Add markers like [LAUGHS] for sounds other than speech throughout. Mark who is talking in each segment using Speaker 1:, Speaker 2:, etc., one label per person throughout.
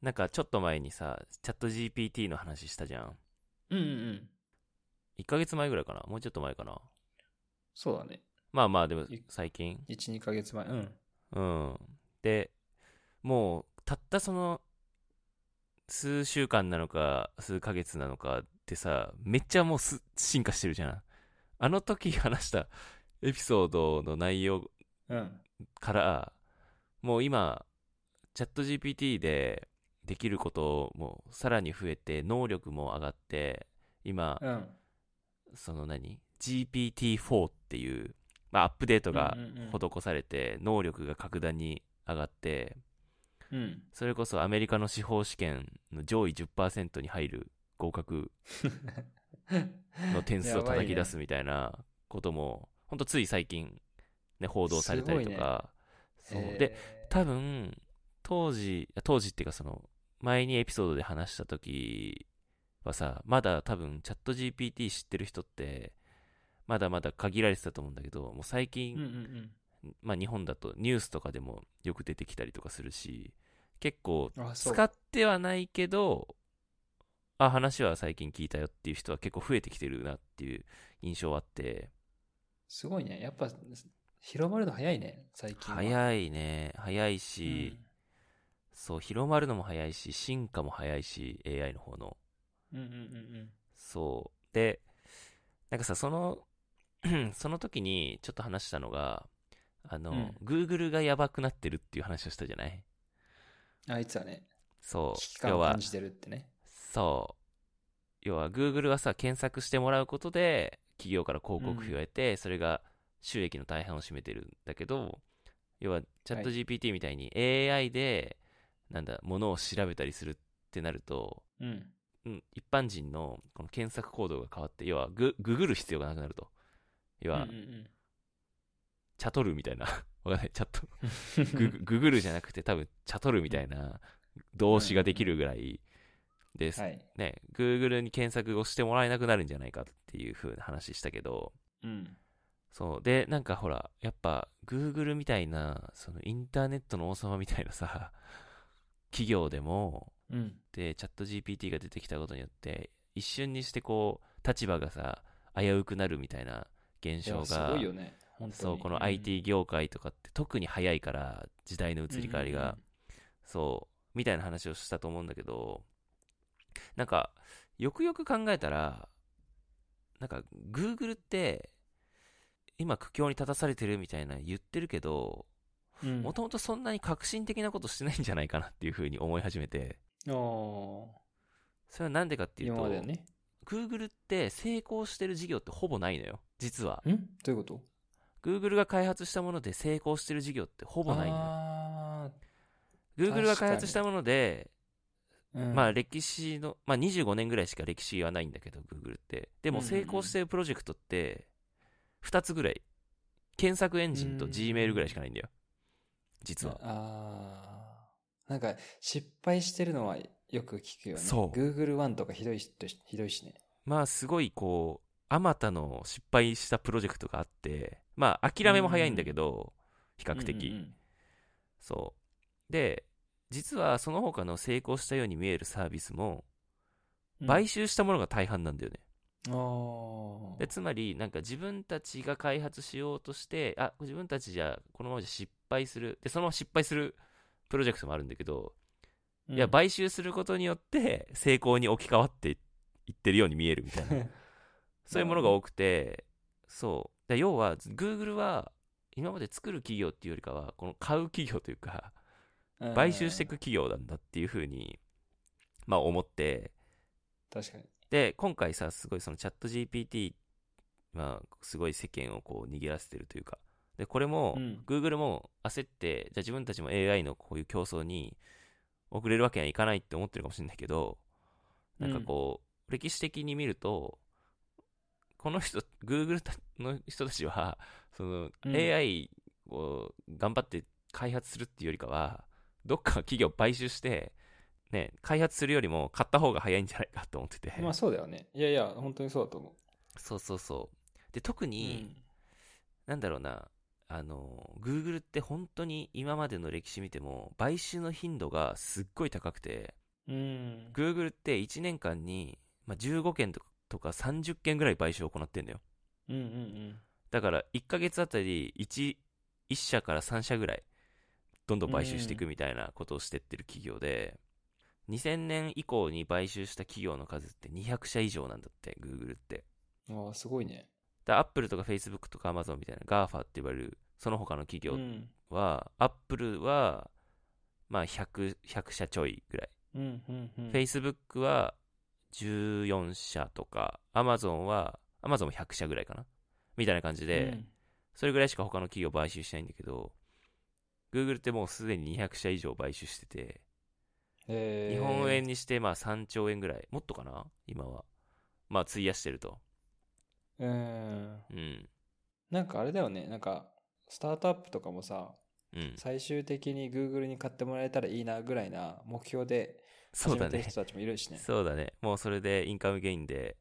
Speaker 1: なんかちょっと前にさ、チャット GPT の話したじゃん。
Speaker 2: うんうんうん。
Speaker 1: 1ヶ月前ぐらいかなもうちょっと前かな
Speaker 2: そうだね。
Speaker 1: まあまあ、でも
Speaker 2: い
Speaker 1: 最近。
Speaker 2: 1、2ヶ月前。うん。
Speaker 1: うん。で、もう、たったその、数週間なのか、数ヶ月なのかってさ、めっちゃもうす進化してるじゃん。あの時話したエピソードの内容
Speaker 2: うん。
Speaker 1: からもう今チャット GPT でできることもさらに増えて能力も上がって今
Speaker 2: うん。
Speaker 1: その何 GPT-4 っていう、まあ、アップデートが
Speaker 2: うんうんうん
Speaker 1: 施されて能力が格段に上がって
Speaker 2: うん。
Speaker 1: それこそアメリカの司法試験の上位10%に入る合格の点数を叩き出すみたいなこともほんとつい最近、ね、報道されたりと
Speaker 2: [LAUGHS]
Speaker 1: か、
Speaker 2: すごいね
Speaker 1: そ
Speaker 2: へ
Speaker 1: う
Speaker 2: ー
Speaker 1: で多分当時当時っていうかその前にエピソードで話した時はさまだ多分チャット GPT 知ってる人ってまだまだ限られてたと思うんだけどもう最近、
Speaker 2: うんうんうん。
Speaker 1: まあ、日本だとニュースとかでもよく出てきたりとかするし結構
Speaker 2: あ、そう。
Speaker 1: 使ってはないけどあ話は最近聞いたよっていう人は結構増えてきてるなっていう印象はあって
Speaker 2: すごいね。やっぱ、広まるの早いね、最近は。
Speaker 1: 早いね早いうし、
Speaker 2: ん
Speaker 1: そう広まるのも早いし進化も早いし AI の方の
Speaker 2: うんうんうん
Speaker 1: そうでなんかさその [CLEARS THROAT] その時にちょっと話したのがあの、
Speaker 2: うん
Speaker 1: Google がやばくなってるっていう話をしたじゃない
Speaker 2: うん。あいつはね、
Speaker 1: そう
Speaker 2: 危機感
Speaker 1: 要
Speaker 2: を
Speaker 1: は
Speaker 2: 感じてるってね。
Speaker 1: そう要は Google はさ検索してもらうことで企業から広告費を得て、それが収益の大半を占めてるんだけど要はチャット
Speaker 2: は
Speaker 1: GPT みたいに AI で、なんだものを調べたりするってなると
Speaker 2: うん。
Speaker 1: うん、一般人のこの検索行動が変わって、要はグググる必要がなくなると。要は、
Speaker 2: うんうん
Speaker 1: チャトルみたいな、 [LAUGHS] わかんない、チャット、
Speaker 2: [LAUGHS] うん
Speaker 1: ググググるじゃなくて多分チャトルみたいな動詞ができるぐらいです。
Speaker 2: はい。
Speaker 1: ね、Google に検索をしてもらえなくなるんじゃないかっていう風な話したけど、
Speaker 2: うん。
Speaker 1: そう。で、なんかほら、やっぱ Google みたいな、そのインターネットの王様みたいなさ、企業でも、
Speaker 2: うん。
Speaker 1: でチャット GPT が出てきたことによって一瞬にしてこう立場がさ危うくなるみたいな現
Speaker 2: い
Speaker 1: 象
Speaker 2: やす
Speaker 1: が
Speaker 2: ごいよね。本当に
Speaker 1: そうこの IT 業界とかって特に早いから時代の移り変わりが、。そうみたいな話をしたと思うんだけどなんかよくよく考えたらなんか Google って今苦境に立たされてるみたいな言ってるけど
Speaker 2: うんうんうんうん
Speaker 1: もともとそんなに革新的なことしてないんじゃないかなっていうふうに思い始めて
Speaker 2: ああ、
Speaker 1: それはなんでかっていうと
Speaker 2: 今までね。
Speaker 1: Google って成功してる事業ってほぼないのよ実は
Speaker 2: んどういうこと
Speaker 1: Google が開発したもので成功してる事業ってほぼないのよ
Speaker 2: あ
Speaker 1: Google が開
Speaker 2: 確か
Speaker 1: 発
Speaker 2: に
Speaker 1: したもので、
Speaker 2: あ、うん
Speaker 1: まあ歴史の、まあ、25年ぐらいしか歴史はないんだけど Google ってでも
Speaker 2: うんうん
Speaker 1: 成功してるプロジェクトって2つぐらい検索エンジンと
Speaker 2: うん
Speaker 1: Gmail ぐらいしかないんだよ実は
Speaker 2: ああ、なんか失敗してるのはよく聞くよね。
Speaker 1: そう
Speaker 2: Google One とかひどいし、ひどいしね。
Speaker 1: まあすごいこうあまたの失敗したプロジェクトがあってまあ諦めも早いんだけど比較的、
Speaker 2: うんうん
Speaker 1: そう。で、実はその他の成功したように見えるサービスも、
Speaker 2: うん
Speaker 1: 買収したものが大半なんだよね。
Speaker 2: あー
Speaker 1: でつまり、なんか自分たちが開発しようとして、あ、自分たちじゃ、このままじゃ失敗する。で、そのまま失敗するプロジェクトもあるんだけど、
Speaker 2: うん
Speaker 1: いや、買収することによって成功に置き換わっていってるように見えるみたいな。
Speaker 2: [LAUGHS]
Speaker 1: そういうものが多くて、そう。で要は、Google は、今まで作る企業っていうよりかは、この買う企業というか、
Speaker 2: うん
Speaker 1: 買収していく企業なんだっていうふうに、まあ、思って
Speaker 2: 確かに。
Speaker 1: で今回さすごいそのチャット GPT はすごい世間をこう逃げらせてるというかでこれも、
Speaker 2: うん
Speaker 1: Google も焦ってじゃあ自分たちも AI のこういう競争に遅れるわけにはいかないって思ってるかもしれないけどなんかこう、歴史的に見るとこの人 Google たの人たちはその、
Speaker 2: うん
Speaker 1: AI を頑張って開発するっていうよりかはどっか企業買収して、ね、開発するよりも買った方が早いんじゃないかと思ってて、
Speaker 2: まあそうだよね。いやいや、本当にそうだと思う。
Speaker 1: そうそうそうで特に、なんだろうなあの、Google って本当に今までの歴史見ても、買収の頻度がすっごい高くて、
Speaker 2: うん。
Speaker 1: Google って1年間に、まあ、15件とかとか30件ぐらい買収を行ってんだよ。
Speaker 2: うんうんうん。
Speaker 1: だから1ヶ月あたり 1, 1社から3社ぐらいどんどん買収していくみたいなことをしてってる企業で、2000年以降に買収した企業の数って200社以上なんだって、Google って。
Speaker 2: ああ、すごいね。
Speaker 1: だアップルとか Facebook とか Amazon みたいな GAFA って言われるその他の企業
Speaker 2: うん。
Speaker 1: は、アップルはまあ 100, 100社ちょいぐらい、
Speaker 2: うんうんうん。
Speaker 1: Facebook は14社とか Amazon は Amazon も100社ぐらいかなみたいな感じで、それぐらいしか他の企業買収しないんだけど、Google ってもうすでに200社以上買収してて、
Speaker 2: うん、えー
Speaker 1: 日本円にしてまあ3兆円ぐらい、もっとかな今は。まあ費やしてると。
Speaker 2: うん。
Speaker 1: うん。
Speaker 2: なんかあれだよね。なんか、スタートアップとかもさ、
Speaker 1: うん。
Speaker 2: 最終的に Google に買ってもらえたらいいなぐらいな目標で
Speaker 1: そ
Speaker 2: 始
Speaker 1: うだ
Speaker 2: めてる
Speaker 1: ね。
Speaker 2: 人たちもいるしね。
Speaker 1: そうだね。もうそれでインカムゲインで、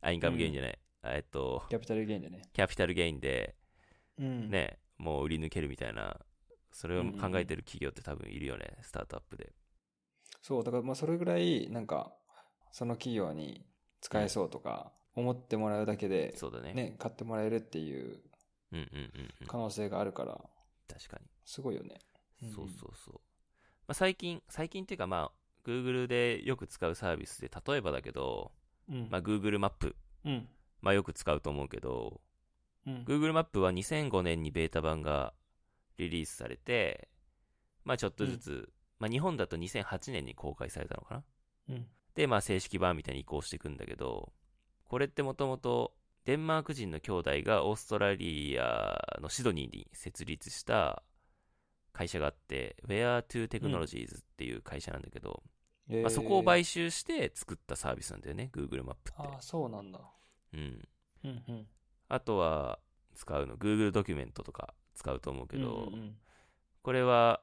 Speaker 1: あ、インカムゲインじゃない。あえっと、
Speaker 2: キャピタルゲインでね。
Speaker 1: キャピタルゲインで
Speaker 2: うん。。
Speaker 1: ね、もう売り抜けるみたいな、それを考えてる企業って多分いるよね、スタートアップで。
Speaker 2: そう、だからまあそれぐらい、なんか、その企業に使えそうとか、思ってもらうだけで、
Speaker 1: そうだね。
Speaker 2: ね、買ってもらえるっていう
Speaker 1: うんうんうんうん。
Speaker 2: 可能性があるから、
Speaker 1: 確かに。
Speaker 2: すごいよね。うんうん
Speaker 1: そうそうそう。まあ、最近、最近っていうかまあ、Google でよく使うサービスで、例えばだけど、
Speaker 2: うん
Speaker 1: まあ、Google マップ、
Speaker 2: うん。
Speaker 1: まあ、よく使うと思うけど、
Speaker 2: うん。
Speaker 1: Google マップは2005年にベータ版がリリースされて、まあ、ちょっとずつ、まあ、日本だと2008年に公開されたのかな。
Speaker 2: うん。
Speaker 1: で、まあ、正式版みたいに移行していくんだけど、これってもともと、デンマーク人の兄弟がオーストラリアのシドニーに設立した会社があって、Where to Technologies っていう会社なんだけど、
Speaker 2: え
Speaker 1: まあ、そこを買収
Speaker 2: 収。
Speaker 1: して作ったサービスなんだよね、Google マップ
Speaker 2: あ
Speaker 1: っ
Speaker 2: あ、そうなんだ。
Speaker 1: て。うん。
Speaker 2: うんうん。
Speaker 1: あとは、使うの、Google ドキュメントとか使うと思うけど、
Speaker 2: うんうん
Speaker 1: これは、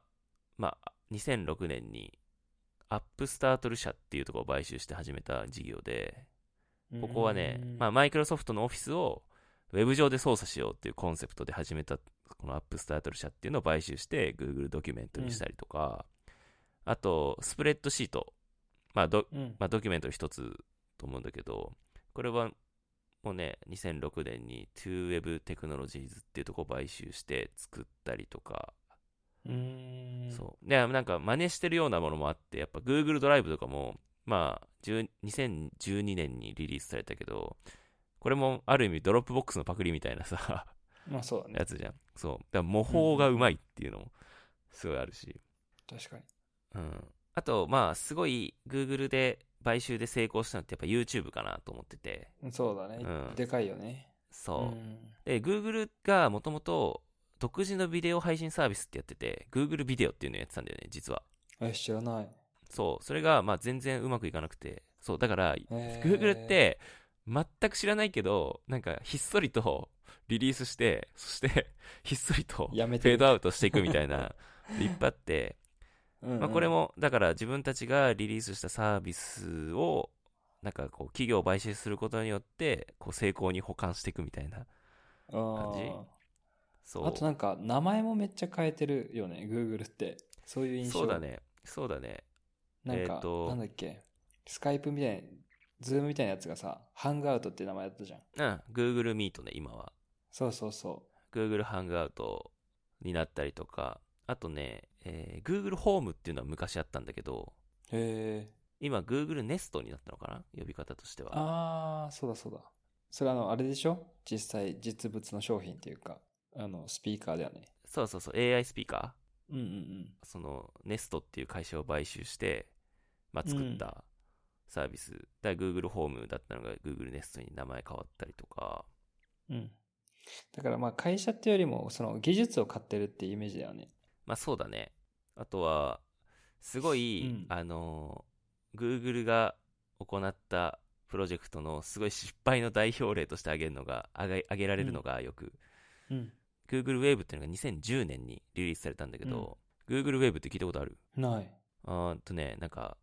Speaker 1: まあ、2006年に、アップスタートル社っていうところを買収して始めた事業で、
Speaker 2: うん
Speaker 1: ここはね
Speaker 2: うん、
Speaker 1: まあ、マイクロソフトのオフィスをウェブ上で操作しようっていうコンセプトで始めた、このアップスタートル社っていうのを買収して、Google ドキュメントにしたりとか、あと、スプレッドシート。まあド、
Speaker 2: うん。
Speaker 1: まあ、ドキュメントの一つと思うんだけど、これはもうね、2006年に 2Web Technologies っていうとこを買収して作ったりとか、
Speaker 2: うん。
Speaker 1: そう。で、なんか真似してるようなものもあって、やっぱ Google ドライブとかも、まあ、10 2012年にリリースされたけど、これもある意味ドロップボックスのパクリみたいなさ、 [LAUGHS]
Speaker 2: まあそうだね。
Speaker 1: やつじゃん。そう。だから模倣がうまいっていうのもすごいあるし。
Speaker 2: 確かに。
Speaker 1: うん。あと、まあ、すごい Google で買収で成功したのってやっぱ YouTube かなと思ってて。
Speaker 2: うんそうだね。
Speaker 1: うん
Speaker 2: でかいよね。
Speaker 1: そうう。
Speaker 2: ん
Speaker 1: で、Google がもともと独自のビデオ配信サービスってやってて、Google ビデオっていうのやってたんだよね、実は。
Speaker 2: え、知らない。
Speaker 1: そう、それがまあ全然うまくいかなくて、そう、だから、
Speaker 2: えー
Speaker 1: Google って全く知らないけど、なんかひっそりとリリースして、そしてひっそりとフ
Speaker 2: やめて
Speaker 1: ェー
Speaker 2: る
Speaker 1: ドアウトしていくみたい
Speaker 2: [LAUGHS]
Speaker 1: な、引っ張って、
Speaker 2: うんうん
Speaker 1: まあこれも、だから自分たちがリリースしたサービスを、なんかこう企業を買収することによって、こう成功に保管していくみたいな、
Speaker 2: あー
Speaker 1: 感じそう。
Speaker 2: あとなんか名前もめっちゃ変えてるよね Google ってそういう印象
Speaker 1: そうだね、そうだね。
Speaker 2: なんか、
Speaker 1: えーと
Speaker 2: なんだっけスカイプみたいなズームみたいなやつがさハングアウトって名前だったじゃん
Speaker 1: うん、Google Meet ね、今は。
Speaker 2: そうそうそ
Speaker 1: Google ハングアウトになったりとか、あとね、えー Google ホームっていうのは昔あったんだけど、
Speaker 2: うへえ
Speaker 1: 今 Google ネストになったのかな呼び方としては。
Speaker 2: ああそうだそうだそれあのあれでしょ実際実物の商品っていうかあのスピーカーだよね
Speaker 1: そうそうそう、AI スピーカ
Speaker 2: うんうん
Speaker 1: ーそのネストっていう会社を買収して、まあ、作ったサービス。だから Google ホームだったのが Google ネストに名前変わったりとか。
Speaker 2: うんうんだからまあ会社っていうよりもその技術を買ってるっていうイメージだよね
Speaker 1: まあそうだね。あとは、すごい、
Speaker 2: うん
Speaker 1: あの、Google が行ったプロジェクトのすごい失敗の代表例として挙げるのが、挙げ挙げられるのがよく、
Speaker 2: うん
Speaker 1: Google Wave っていうのが2010年にリリースされたんだけど、Google Wave って聞いたことある
Speaker 2: ない
Speaker 1: あーっとね、なんか、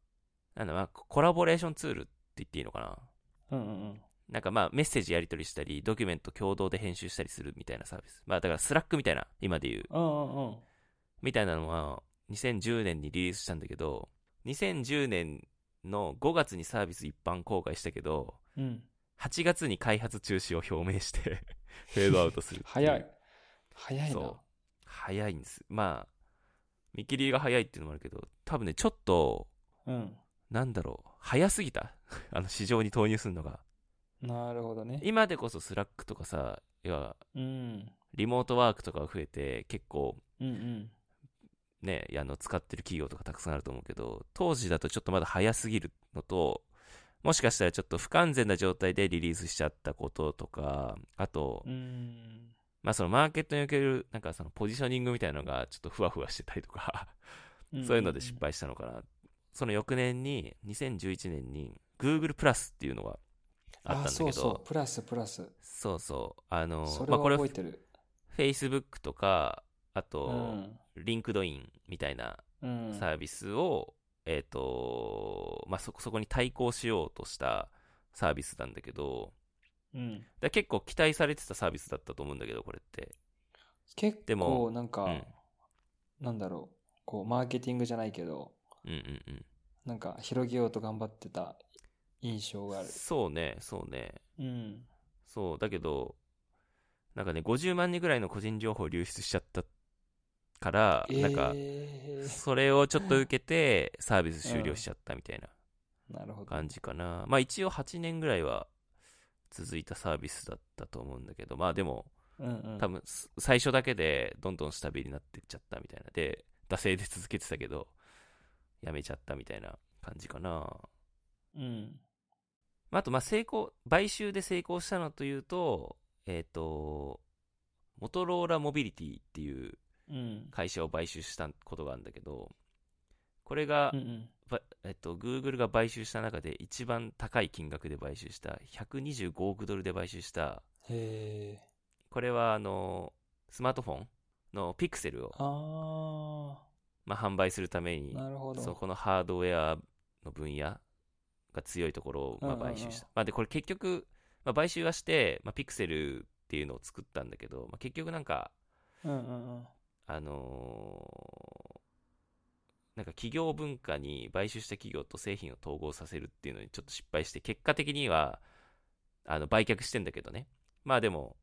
Speaker 1: なんだ、まあ、コラボレーションツールって言っていいのか
Speaker 2: うんうんうん
Speaker 1: ななんかまあメッセージやり取りしたり、ドキュメント共同で編集したりするみたいなサービス。まあだからスラックみたいな、今で言う。
Speaker 2: うんうんうん。
Speaker 1: みたいなのは2010年にリリースしたんだけど、2010年の5月にサービス一般公開したけど、
Speaker 2: うん。
Speaker 1: 8月に開発中止を表明して [LAUGHS] フェードアウトするってう
Speaker 2: 早い。早い
Speaker 1: そう
Speaker 2: な。
Speaker 1: 早いんですまあ見切りが早いっていうのもあるけど多分ねちょっと
Speaker 2: うん。
Speaker 1: なんだろう早すぎた [LAUGHS] あの市場に投入するのが
Speaker 2: なるほどね。
Speaker 1: 今でこそスラックとかさ要は
Speaker 2: うん。
Speaker 1: リモートワークとかが増えて結構
Speaker 2: うんうん。
Speaker 1: ねあの使ってる企業とかたくさんあると思うけど当時だとちょっとまだ早すぎるのともしかしたらちょっと不完全な状態でリリースしちゃったこととかあと
Speaker 2: うん。
Speaker 1: まあそのマーケットにおけるなんかそのポジショニングみたいなのがちょっとふわふわしてたりとかそういうので失敗したのかな、その翌年に2011年に Google プラスっていうのがあったんだけど
Speaker 2: そうそう、プラスプラス。
Speaker 1: そうそうあの
Speaker 2: それ
Speaker 1: まあ
Speaker 2: は
Speaker 1: これは
Speaker 2: 覚えてる。
Speaker 1: Facebook とかあ
Speaker 2: う
Speaker 1: と、
Speaker 2: ん。
Speaker 1: LinkedIn みたいな
Speaker 2: うん。
Speaker 1: サービスを、えっ、とまあそこそこに対抗しようとしたサービスなんだけど
Speaker 2: う
Speaker 1: だ
Speaker 2: ん。
Speaker 1: から結構期待されてたサービスだったと思うんだけどこれって
Speaker 2: 結
Speaker 1: でも
Speaker 2: 構なん
Speaker 1: う
Speaker 2: か
Speaker 1: ん、
Speaker 2: なんだろう、こう、マーケティングじゃないけど、
Speaker 1: うんうんうん
Speaker 2: なんか広げようと頑張ってた印象がある。
Speaker 1: そうねそうね
Speaker 2: うん。
Speaker 1: そう、だけど、なんかね、50万人ぐらいの個人情報流出しちゃったから、なんか、
Speaker 2: えー
Speaker 1: それをちょっと受けて、サービス終了しちゃったみたいな
Speaker 2: なるほど。
Speaker 1: 感じかな。まあ一応8年ぐらいは続いたサービスだったと思うんだけど、まあでも、
Speaker 2: うんうん。
Speaker 1: 多分、す最初だけで、どんどん下火になってっちゃったみたいな。で、惰性で続けてたけど、やめちゃったみたいな感じかな。
Speaker 2: うん。
Speaker 1: まああと、まあ、成功、買収で成功したのというと、えっ、と、モトローラモビリティっていう
Speaker 2: うん。
Speaker 1: 会社を買収したことがあるんだけど、これが
Speaker 2: うんう、ん。
Speaker 1: ばえっと、Google が買収した中で一番高い金額で買収した、125億ドルで買収した、
Speaker 2: へえ。
Speaker 1: これは、あの、スマートフォンのピクセルを、
Speaker 2: あ
Speaker 1: まあ、販売するために
Speaker 2: ー、、なるほど。
Speaker 1: そこのハードウェアの分野が強いところをまあ
Speaker 2: うんうんうん
Speaker 1: 買収した。まあ、で、これ結局、まあ、買収はして、まあ、ピクセルっていうのを作ったんだけど、まあ、結局なんか、
Speaker 2: うんうんうん。
Speaker 1: あのーなんか企業文化に買収した企業と製品を統合させるっていうのにちょっと失敗して、結果的には、あの、売却してんだけどね。まあでも、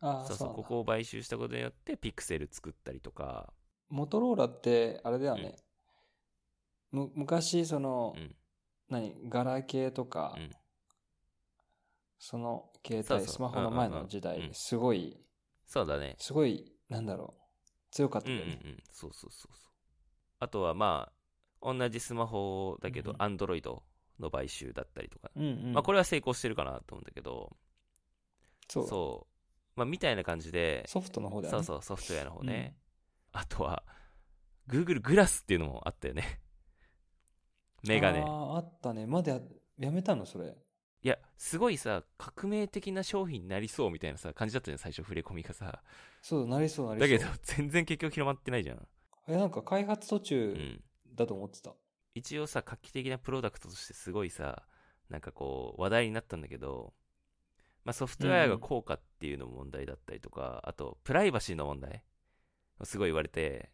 Speaker 2: ああ、
Speaker 1: そうそう、こ
Speaker 2: こ
Speaker 1: こ
Speaker 2: こ。
Speaker 1: を買収したことによって、ピクセル作ったりとか、
Speaker 2: モトローラって、あれだよね。む、昔、その
Speaker 1: う、ん、
Speaker 2: 何、ガラケーとか
Speaker 1: うん、
Speaker 2: その携
Speaker 1: そう
Speaker 2: 帯、
Speaker 1: そう
Speaker 2: スマホの前
Speaker 1: うんうんう
Speaker 2: の
Speaker 1: ん
Speaker 2: 時
Speaker 1: うん
Speaker 2: 代、すごい、
Speaker 1: そうだね。
Speaker 2: すごい、なんだろう、強かった
Speaker 1: うんうん
Speaker 2: よね。
Speaker 1: うんそうそうそうそうあとはまあ同じスマホだけど
Speaker 2: うんう
Speaker 1: アンドロイドの買収だったりとか、
Speaker 2: うんうん。
Speaker 1: まあこ
Speaker 2: れ、
Speaker 1: れは成功してるかなと思うんだけど
Speaker 2: そう。
Speaker 1: そうまあみたいな感じで
Speaker 2: ソフトの方だよ
Speaker 1: そ
Speaker 2: ね。
Speaker 1: うそうソフトウェアの方ね、あとは Google グラスっていうのもあったよね
Speaker 2: うん。
Speaker 1: メガネ
Speaker 2: ああ、あったね。まだや、やめたの、それ。
Speaker 1: いやすごいさ革命的な商品になりそうみたいなさ感じだったじゃん最初触れ込みがさ
Speaker 2: そう、なりそう、なりそ
Speaker 1: だけ
Speaker 2: う。
Speaker 1: ど全然結局広まってないじゃん、
Speaker 2: え、なんか開発途
Speaker 1: う
Speaker 2: 中
Speaker 1: ん、
Speaker 2: だと思ってた。
Speaker 1: 一応さ画期的なプロダクトとしてすごいさなんかこう話題になったんだけど、まあ、ソフトウェアが効果っていうのも問題だったりとか、あとプライバシーの問題すごい言われて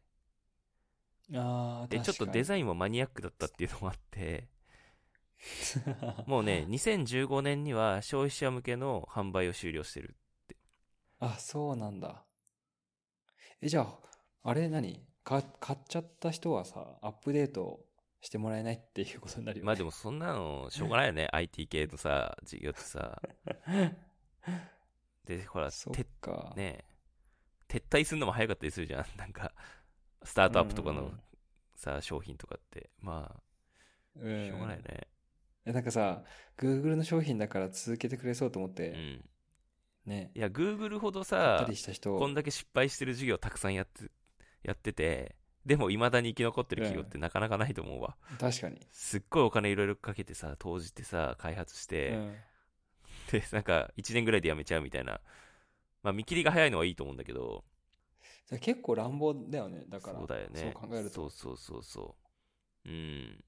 Speaker 2: ああ、
Speaker 1: でちょっとデ
Speaker 2: イ
Speaker 1: ザインもマニアックだったっていうのもあって
Speaker 2: ン。
Speaker 1: もうね2015年には消費者向けの販売を終了してる
Speaker 2: あ、そうなんだ。え、じゃあ、あれ何か、買っちゃった人はさ、アップデートしてもらえないっていうことになるよ
Speaker 1: まあ
Speaker 2: ね。
Speaker 1: でもそんなのしょうがないよね IT 系のさ事業って
Speaker 2: [LAUGHS]
Speaker 1: さでほら
Speaker 2: そ
Speaker 1: 撤
Speaker 2: っか。
Speaker 1: ね撤退するのも早かったりするじゃん [LAUGHS] なんかスタートアップとかのさ商品とかってま
Speaker 2: うんうん
Speaker 1: あ
Speaker 2: うん。
Speaker 1: しょうがないよね
Speaker 2: え、なんかさ、Google の商品だから続けてくれそうと思っ
Speaker 1: うん、
Speaker 2: て、ね、
Speaker 1: いや Google ほど
Speaker 2: やっ
Speaker 1: さ
Speaker 2: たりした人
Speaker 1: こんだけ失敗してる事業たくさんやってやっててでも未だに生き残ってる企業ってなかなかないと思うわ、
Speaker 2: 確かに。
Speaker 1: すっごいお金いろいろかけてさ投じてさ開発し
Speaker 2: う
Speaker 1: て、
Speaker 2: ん。
Speaker 1: でなんか1年ぐらいでやめちゃうみたいなまあ見切りが早いのはいいと思うんだけど
Speaker 2: じゃあ結構乱暴だよね。だから、
Speaker 1: そうだよね
Speaker 2: そう考えると。
Speaker 1: そうそうそうそううん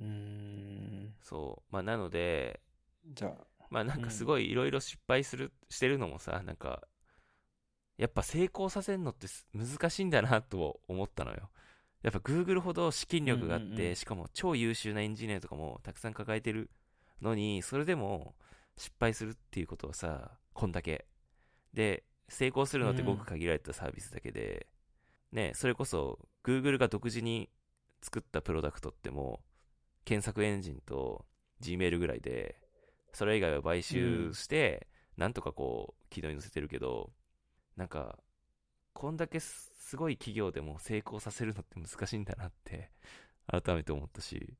Speaker 2: うーん。
Speaker 1: そうまあなので
Speaker 2: じゃあ、
Speaker 1: まあなんかすごいいろいろ失敗する、してるのもさ、なんか、やっぱ成功させるのってす難しいんだなと思ったのよ。やっぱ Google ほど資金力があって、
Speaker 2: うんうんうん
Speaker 1: しかも超優秀なエンジニアとかもたくさん抱えてるのに、それでも失敗するっていうことはさ、こんだけ。で、成功するのってごく限られたサービスだけで、ね、それこそ Google が独自に作ったプロダクトってもう検索エンジンと Gmail ぐらいでそれ以外は買収して、なんとかこう軌道に乗せてるけどなんかこんだけすすごい企業でも成功させるのって難しいんだなって改めて思ったし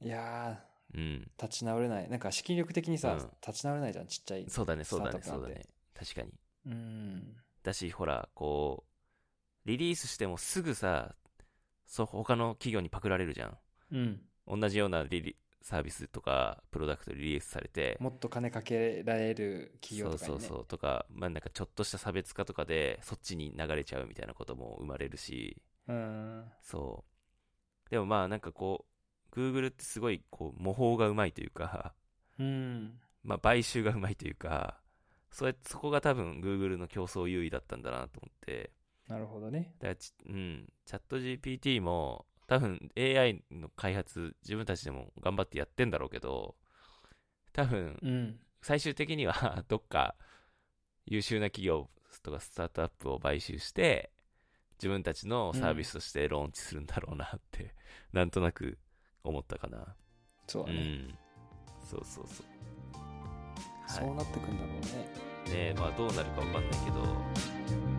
Speaker 2: いや
Speaker 1: うん
Speaker 2: ー、立ち直れない。なんか資金力的にさ、
Speaker 1: うん
Speaker 2: 立ち直れないじゃん、ちっちゃい。
Speaker 1: そうだねそうだね
Speaker 2: スター
Speaker 1: そう
Speaker 2: トアップ
Speaker 1: だ
Speaker 2: なんて
Speaker 1: ね確かに
Speaker 2: うん。
Speaker 1: だしほらこうリリースしてもすぐさそう他の企業にパクられるじゃん
Speaker 2: うん。
Speaker 1: 同じようなリリサービスとかプロダクトリリースされて
Speaker 2: もっと金かけられる企業とかに、
Speaker 1: そ
Speaker 2: ね。
Speaker 1: うそうそうとか、まあ、なんかちょっとした差別化とかでそっちに流れちゃうみたいなことも生まれるし
Speaker 2: うん。
Speaker 1: そうでもまあなんかこう Google ってすごいこう模倣がうまいというか、 [LAUGHS]
Speaker 2: うん。
Speaker 1: まあ、買収がうまいというかそれそこが多分 Google の競争優位だったんだなと思って
Speaker 2: なるほどね。
Speaker 1: だからちうん、チャット GPT も多分 AI の開発自分たちでも頑張ってやってんだろうけど多分
Speaker 2: うん。
Speaker 1: 最終的には [LAUGHS] どっか優秀な企業とかスタートアップを買収して自分たちのサービスとしてローンチするんだろうなって、 [LAUGHS] なんとなく思ったかな
Speaker 2: そう
Speaker 1: う
Speaker 2: だね。
Speaker 1: んそうそうそう
Speaker 2: そうなってくんだろうね。
Speaker 1: ねえまあどうなるかわかんないけど